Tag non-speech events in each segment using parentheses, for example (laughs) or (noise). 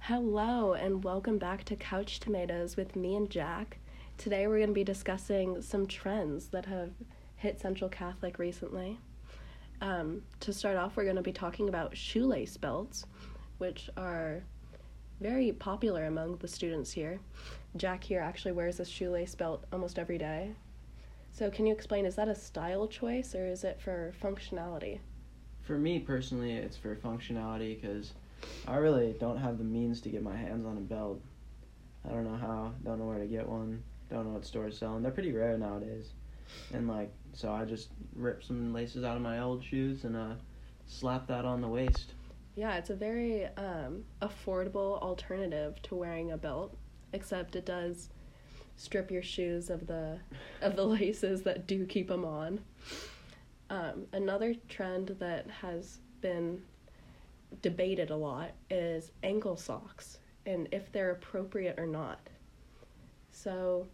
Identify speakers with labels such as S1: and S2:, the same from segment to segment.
S1: Hello, and welcome back to Couch Tomatoes with me and Jack. Today we're going to be discussing some trends that have hit Central Catholic recently. Um, to start off, we're going to be talking about shoelace belts, which are very popular among the students here. Jack here actually wears a shoelace belt almost every day. So, can you explain is that a style choice or is it for functionality?
S2: For me personally, it's for functionality because I really don't have the means to get my hands on a belt. I don't know how, don't know where to get one, don't know what stores sell them. They're pretty rare nowadays. And like, so I just rip some laces out of my old shoes and uh, slap that on the waist.
S1: Yeah, it's a very um, affordable alternative to wearing a belt, except it does strip your shoes of the of the (laughs) laces that do keep them on. Um, another trend that has been debated a lot is ankle socks and if they're appropriate or not. So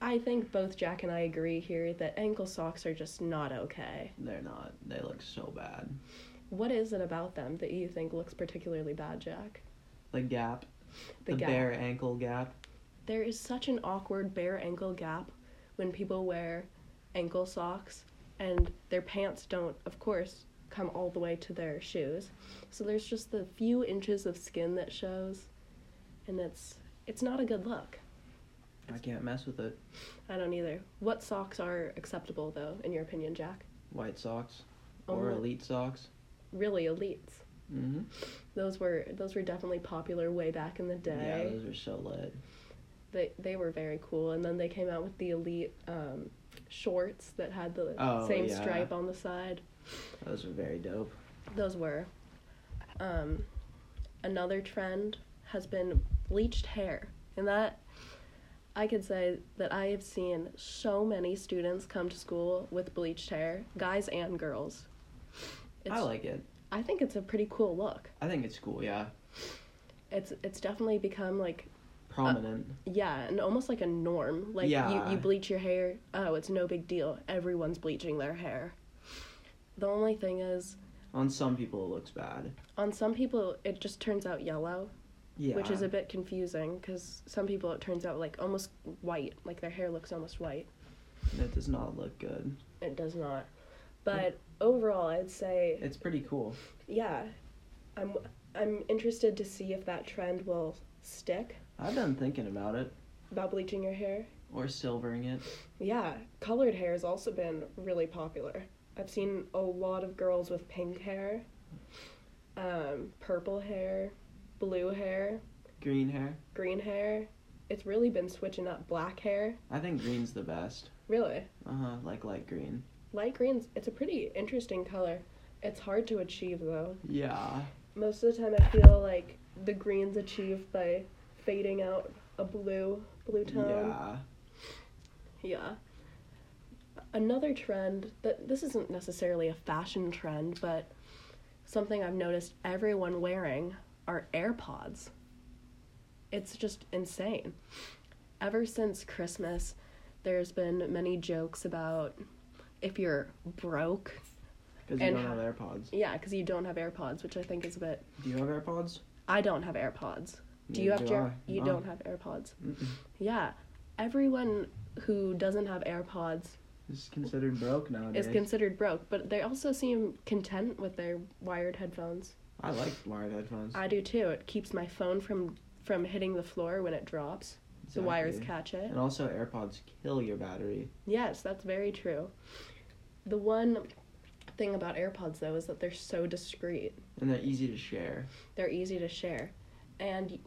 S1: I think both Jack and I agree here that ankle socks are just not okay.
S2: They're not, they look so bad.
S1: What is it about them that you think looks particularly bad, Jack?
S2: The gap, the,
S1: gap.
S2: bare ankle gap.
S1: There is such an awkward bare ankle gap when people wear ankle socks and their pants don't, of course, come all the way to their shoes. So there's just the few inches of skin that shows and it's it's not a good look.
S2: I can't mess with it.
S1: I don't either. What socks are acceptable though, in your opinion, Jack?
S2: White socks or
S1: Only-
S2: elite socks.
S1: Really elites.
S2: Mm-hmm.
S1: Those were those were definitely popular way back in the
S2: Yeah,
S1: day.
S2: those are so lit.
S1: They they were very cool and then they came out with the elite um shorts that had the
S2: Oh,
S1: same
S2: yeah.
S1: stripe on the side.
S2: Those are very dope.
S1: Those were. Um, another trend has been bleached hair. And that, I could say that I have seen so many students come to school with bleached hair, guys and girls. It's,
S2: I like it.
S1: I think it's a pretty cool look.
S2: I think it's cool, yeah.
S1: It's it's definitely become like
S2: Prominent.
S1: yeah, and almost like a norm. Like
S2: Yeah.
S1: you, you bleach your hair, oh, it's no big deal. Everyone's bleaching their hair. The only thing is,
S2: On some people, it looks bad.
S1: on some people, it just turns out yellow.
S2: Yeah.
S1: which is a bit confusing because some people it turns out like almost white like their hair looks almost white
S2: It does not look good.
S1: it does not but overall i'd say
S2: It's pretty cool.
S1: yeah i'm i'm interested to see if that trend will stick
S2: I've been thinking about it
S1: about bleaching your hair
S2: or silvering it.
S1: yeah colored hair has also been really popular i've seen a lot of girls with pink hair um, purple hair blue hair
S2: Green hair.
S1: green hair it's really been switching up black hair
S2: I think green's the best.
S1: really
S2: Uh huh. Like light green.
S1: Light green's it's a pretty interesting color. It's hard to achieve though.
S2: Yeah.
S1: Most of the time I feel like the green's achieved by fading out a blue blue tone.
S2: Yeah.
S1: Yeah. Another trend that this isn't necessarily a fashion trend, but something I've noticed everyone wearing are AirPods. It's just insane. Ever since Christmas, there's been many jokes about if you're broke,
S2: Because you
S1: And
S2: don't
S1: ho-
S2: have AirPods.
S1: Yeah, because you don't have AirPods, which I think is a bit.
S2: Do you have AirPods?
S1: I don't have AirPods. Do you
S2: Neither
S1: have? Jer-
S2: I.
S1: you
S2: No.
S1: don't have AirPods.
S2: Mm-mm.
S1: Yeah, everyone who doesn't have AirPods
S2: It's considered broke nowadays.
S1: is considered broke, but they also seem content with their wired headphones.
S2: I like wired headphones.
S1: I do too. It keeps my phone from from hitting the floor when it drops. The wires
S2: Exactly.
S1: catch it.
S2: And also, AirPods kill your battery.
S1: Yes, that's very true. The one thing about AirPods though is that they're so discreet.
S2: And they're easy to share.
S1: they're easy to share and y-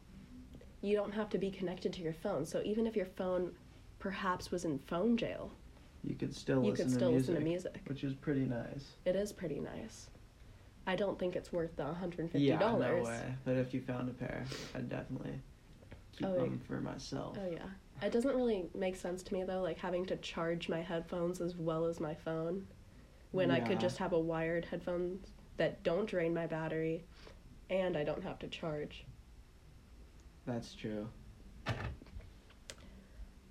S1: you don't have to be connected to your phone so even if your phone perhaps was in phone jail
S2: You could still,
S1: you
S2: listen,
S1: could
S2: to
S1: still
S2: music,
S1: listen to music
S2: Which is pretty nice.
S1: it is pretty nice i don't think it's worth the $150
S2: Yeah, no way. But if you found a pair, I'd definitely keep
S1: Oh, yeah.
S2: them for myself.
S1: oh yeah it doesn't really make sense to me though like having to charge my headphones as well as my phone when i
S2: Yeah.
S1: could just have a wired headphones that don't drain my battery and i don't have to charge
S2: That's true.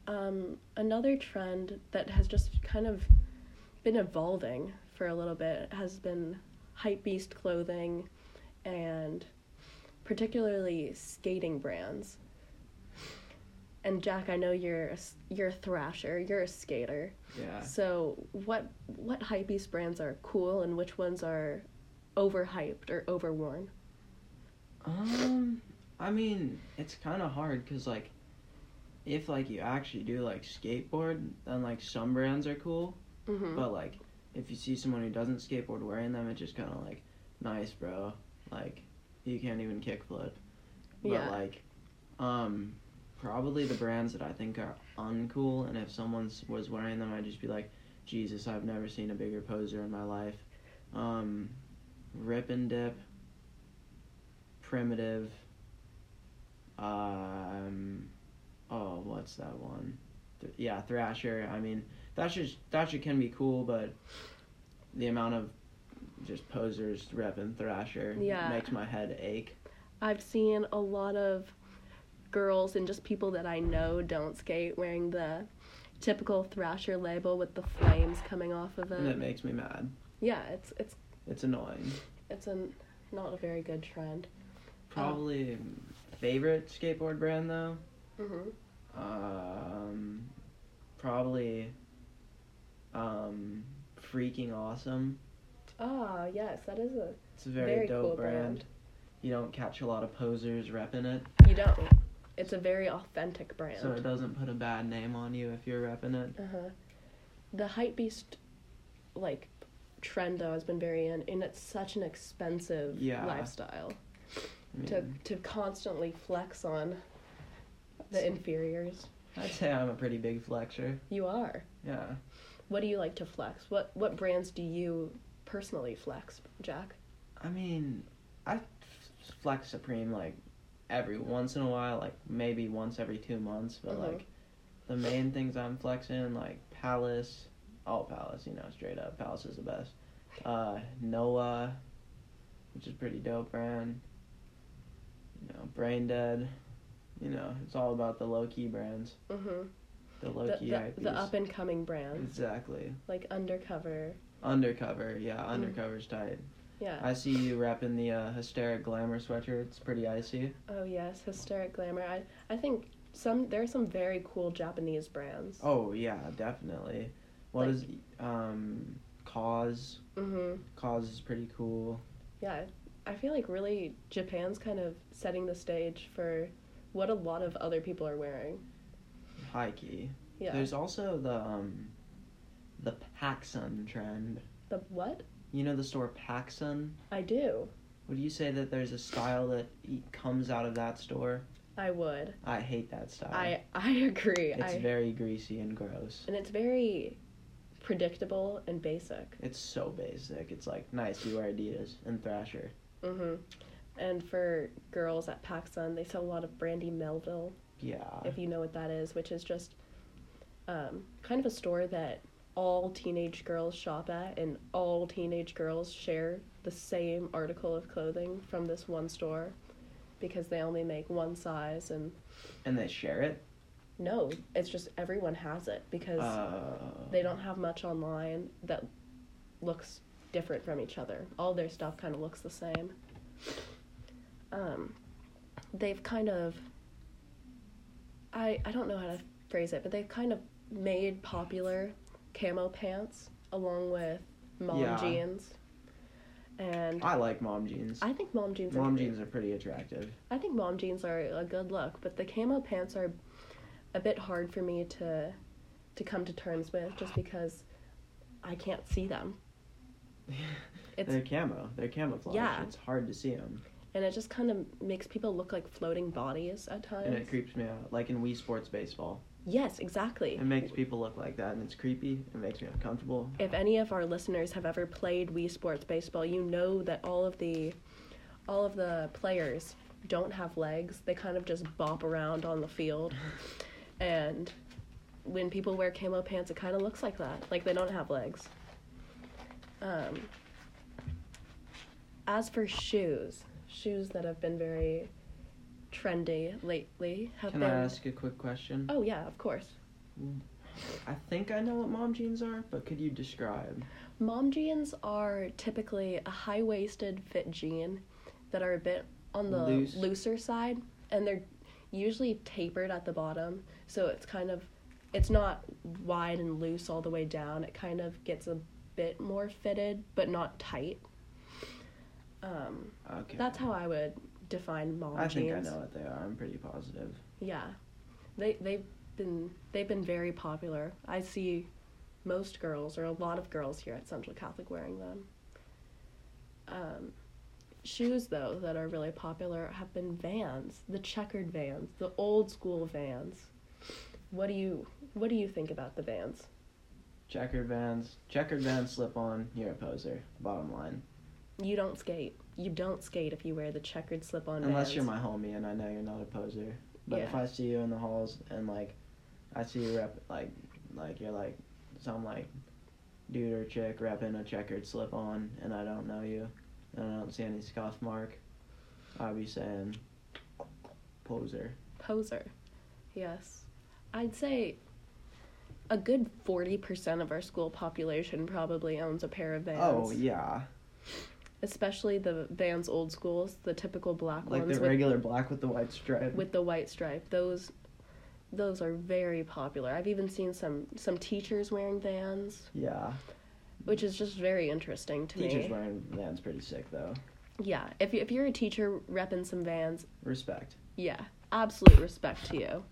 S1: um, another trend that has just kind of been evolving for a little bit has been hypebeast clothing and particularly skating brands. And Jack, I know you're a s- you're a thrasher, you're a skater.
S2: Yeah.
S1: So what what hypebeast brands are cool and which ones are overhyped or overworn?
S2: Um, I mean, it's kind of hard because like, if like you actually do like skateboard, then like some brands are cool,
S1: Mm-hmm.
S2: but like if you see someone who doesn't skateboard wearing them, it's just kind of like, nice, bro. Like, you can't even kickflip. But
S1: Yeah.
S2: like, um, probably the brands that I think are uncool, and if someone s- was wearing them, I'd just be like, Jesus, I've never seen a bigger poser in my life. Um, Rip and Dip, Primitive. Um, oh, what's that one? Th- yeah, Thrasher. I mean, Thrasher Thrasher can be cool, but the amount of just posers repping Thrasher
S1: Yeah.
S2: makes my head ache.
S1: I've seen a lot of girls and just people that I know don't skate wearing the typical thrasher label with the flames coming off of
S2: and it
S1: it.
S2: makes me mad.
S1: Yeah, it's it's
S2: It's annoying.
S1: it's an not a very good trend.
S2: Probably favorite skateboard brand though.
S1: Mhm.
S2: Um, probably um, freaking awesome.
S1: Ah, yes, that is a
S2: It's a very,
S1: Very
S2: dope
S1: cool
S2: brand.
S1: brand.
S2: You don't catch a lot of posers repping it,
S1: you don't. It's a very authentic brand.
S2: so it doesn't put a bad name on you if you're repping it.
S1: Uh huh. The hypebeast, like, trend though has been very in, and it's such an expensive
S2: Yeah.
S1: lifestyle
S2: I mean,
S1: to to constantly flex on the inferiors.
S2: I'd say I'm a pretty big flexer.
S1: You are.
S2: Yeah.
S1: What do you like to flex? What what brands do you personally flex, Jack?
S2: I mean, I f- flex Supreme like every once in a while, like maybe once every two months. But
S1: Mhm.
S2: like the main things I'm flexing, like Palace, all Palace, you know, straight up, Palace is the best. Uh, Noah, which is pretty dope brand. You know, Brain Dead. You know, it's all about the low key brands,
S1: Mm-hmm.
S2: the low
S1: The,
S2: key
S1: the,
S2: IPs.
S1: the up and coming brands
S2: exactly.
S1: like Undercover.
S2: Undercover, yeah, undercover's tight.
S1: Mm. Yeah.
S2: I see you wrapping the uh, hysteric glamour sweater. It's pretty icy.
S1: oh yes, hysteric glamour. I I think some there are some very cool Japanese brands.
S2: Oh yeah, definitely. What
S1: Like-
S2: is um cause?
S1: Mm-hmm.
S2: Cause is pretty cool.
S1: Yeah, I feel like really Japan's kind of setting the stage for what a lot of other people are wearing.
S2: High key.
S1: Yeah.
S2: There's also the um the Paxson trend.
S1: the what?
S2: You know the store Paxson?
S1: I do.
S2: Would you say that there's a style that e- comes out of that store?
S1: I would.
S2: I hate that style.
S1: I I (laughs) agree.
S2: Oh. it's
S1: I,
S2: very greasy and gross.
S1: and it's very predictable and basic.
S2: It's so basic. It's like nice you wear Adidas and Thrasher.
S1: Mhm. And for girls at PacSun, they sell a lot of Brandy Melville,
S2: Yeah.
S1: if you know what that is, which is just um, kind of a store that all teenage girls shop at, and all teenage girls share the same article of clothing from this one store because they only make one size. And
S2: And they share it.
S1: no, it's just everyone has it because
S2: Uh,
S1: they don't have much online that looks different from each other. All their stuff kind of looks the same. Um, they've kind of I I don't know how to phrase it, but they've kind of made popular camo pants along with mom
S2: Yeah.
S1: jeans. And
S2: I like mom jeans.
S1: I think mom jeans
S2: Mom
S1: are
S2: jeans are pretty attractive.
S1: I think mom jeans are a good look, but the camo pants are a bit hard for me to to come to terms with just because I can't see them. It's
S2: they're camo. They're camouflage.
S1: Yeah.
S2: It's hard to see them,
S1: and it just kind of makes people look like floating bodies at times.
S2: and it creeps me out. Like in Wii Sports Baseball,
S1: yes, exactly.
S2: it makes people look like that, and it's creepy. It makes me uncomfortable.
S1: if any of our listeners have ever played Wii Sports Baseball, you know that all of the all of the players don't have legs. They kind of just bop around on the
S2: (laughs)
S1: field. And when people wear camo pants, it kind of looks like that. Like they don't have legs. Um, as for shoes, shoes that have been very trendy lately have
S2: Can
S1: been
S2: I ask a quick question?
S1: Oh yeah, of course.
S2: I think I know what mom jeans are, but could you describe?
S1: Mom jeans are typically a high waisted fit jean that are a bit on the
S2: Loose.
S1: looser side, and they're usually tapered at the bottom, so it's kind of it's not wide and loose all the way down. It kind of gets a bit more fitted, but not tight. Um,
S2: Okay.
S1: that's how I would define mom
S2: I
S1: jeans.
S2: think I know what they are. I'm pretty positive.
S1: Yeah, they they've been they've been very popular. I see most girls or a lot of girls here at Central Catholic wearing them. Um, shoes though that are really popular have been Vans, the checkered Vans, the old school Vans. What do you what do you think about the Vans?
S2: Checkered Vans, checkered Vans slip on. You're a poser. Bottom line.
S1: You don't skate. You don't skate if you wear the checkered slip-on
S2: Unless
S1: Vans.
S2: you're my homie and I know you're not a poser. But if
S1: Yeah.
S2: I see you in the halls and like, I see you rep like, like you're like some like dude or chick repping a checkered slip on and I don't know you and I don't see any scuff mark, I'd be saying poser.
S1: poser. Yes. I'd say a good 40% of our school population probably owns a pair of Vans.
S2: Oh yeah,
S1: Especially the Vans old schools, the typical black
S2: like
S1: ones
S2: the
S1: with,
S2: regular black with the white stripe.
S1: with the white stripe. Those those are very popular. I've even seen some some teachers wearing Vans,
S2: yeah,
S1: which is just very interesting to
S2: teachers
S1: me.
S2: wearing Vans pretty sick though.
S1: Yeah. If you, if you're a teacher repping some Vans,
S2: Respect.
S1: Yeah, absolute respect to you.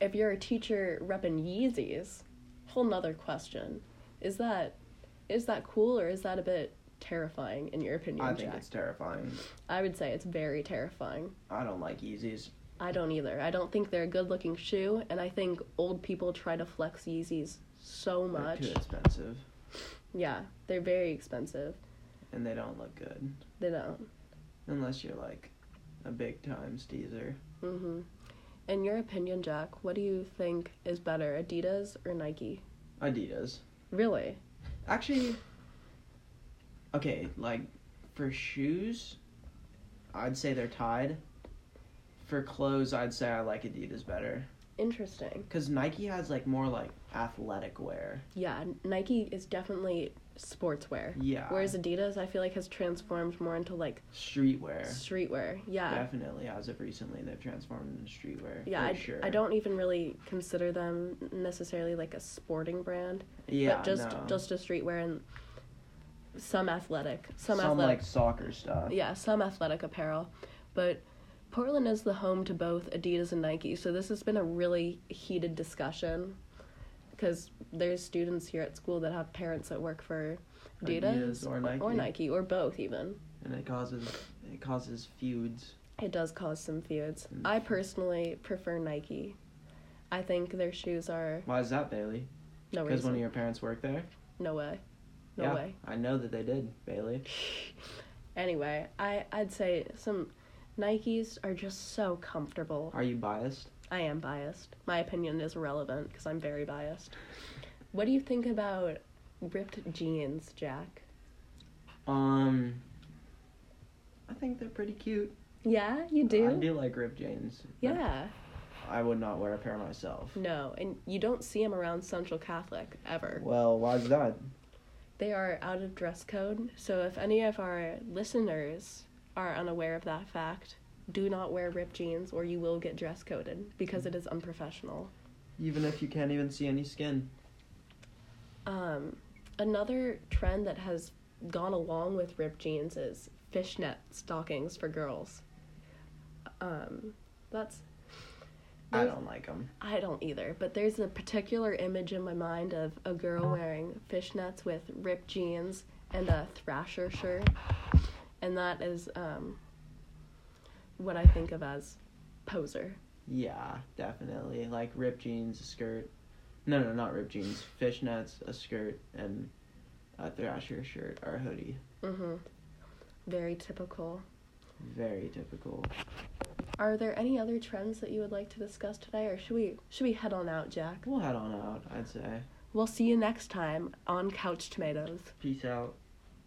S1: If you're a teacher repping Yeezys, whole nother question. Is that is that cool or is that a bit terrifying in your opinion,
S2: I think
S1: Jack?
S2: it's terrifying.
S1: I would say it's very terrifying.
S2: I don't like Yeezys.
S1: I don't either. I don't think they're a good looking shoe, and I think old people try to flex Yeezys so
S2: They're
S1: much.
S2: too expensive,
S1: Yeah, they're very expensive.
S2: and they don't look good.
S1: They don't.
S2: Unless you're like a big time steezer.
S1: hmm In your opinion, Jack, what do you think is better, Adidas or Nike?
S2: Adidas.
S1: Really?
S2: Actually, okay, like for shoes, I'd say they're tied. For clothes, I'd say I like Adidas better.
S1: Interesting.
S2: Because Nike has like more like athletic wear.
S1: Yeah, N- Nike is definitely sportswear.
S2: Yeah.
S1: Whereas Adidas, I feel like, has transformed more into like
S2: streetwear?
S1: streetwear. Yeah.
S2: Definitely, as of recently, they've transformed into streetwear.
S1: uh, Yeah,
S2: for
S1: I,
S2: sure.
S1: I don't even really consider them necessarily like a sporting brand,
S2: Yeah,
S1: but just
S2: no.
S1: just a streetwear and some athletic, some,
S2: some,
S1: athletic,
S2: like soccer stuff.
S1: yeah, some athletic apparel. But Portland is the home to both Adidas and Nike, so this has been a really heated discussion because there's students here at school that have parents that work for Adidas,
S2: Adidas or Nike.
S1: or Nike or both even.
S2: and it causes it causes feuds.
S1: It does cause some feuds.
S2: Mm.
S1: I personally prefer Nike. I think their shoes are
S2: Why is that, Bailey?
S1: no
S2: Because
S1: reason.
S2: one of your parents worked there.
S1: no way. No
S2: yeah,
S1: way.
S2: I know that they did, Bailey.
S1: Anyway, I I'd say some Nikes are just so comfortable.
S2: Are you biased?
S1: I am biased. My opinion is irrelevant because I'm very biased. What do you think about ripped jeans, Jack?
S2: Um, I think they're pretty cute.
S1: Yeah, you do.
S2: I do like ripped jeans. but
S1: Yeah.
S2: I would not wear a pair myself.
S1: No, and you don't see them around Central Catholic ever.
S2: Well, why is that?
S1: They are out of dress code, so if any of our listeners are unaware of that fact, do not wear ripped jeans or you will get dress coded because it is unprofessional.
S2: Even if you can't even see any skin.
S1: Um, another trend that has gone along with ripped jeans is fishnet stockings for girls. Um, that's
S2: I
S1: There's-
S2: don't like them.
S1: I don't either, but there's a particular image in my mind of a girl wearing fishnets with ripped jeans and a thrasher shirt. And that is um, what I think of as poser.
S2: Yeah, definitely. Like ripped jeans, a skirt. No, no, not ripped jeans. Fishnets, a skirt, and a thrasher shirt or hoodie.
S1: hmm Very typical.
S2: Very typical.
S1: Are there any other trends that you would like to discuss today, or should we should we head on out, Jack?
S2: We'll head on out, I'd say.
S1: We'll see you next time on Couch Tomatoes.
S2: Peace out.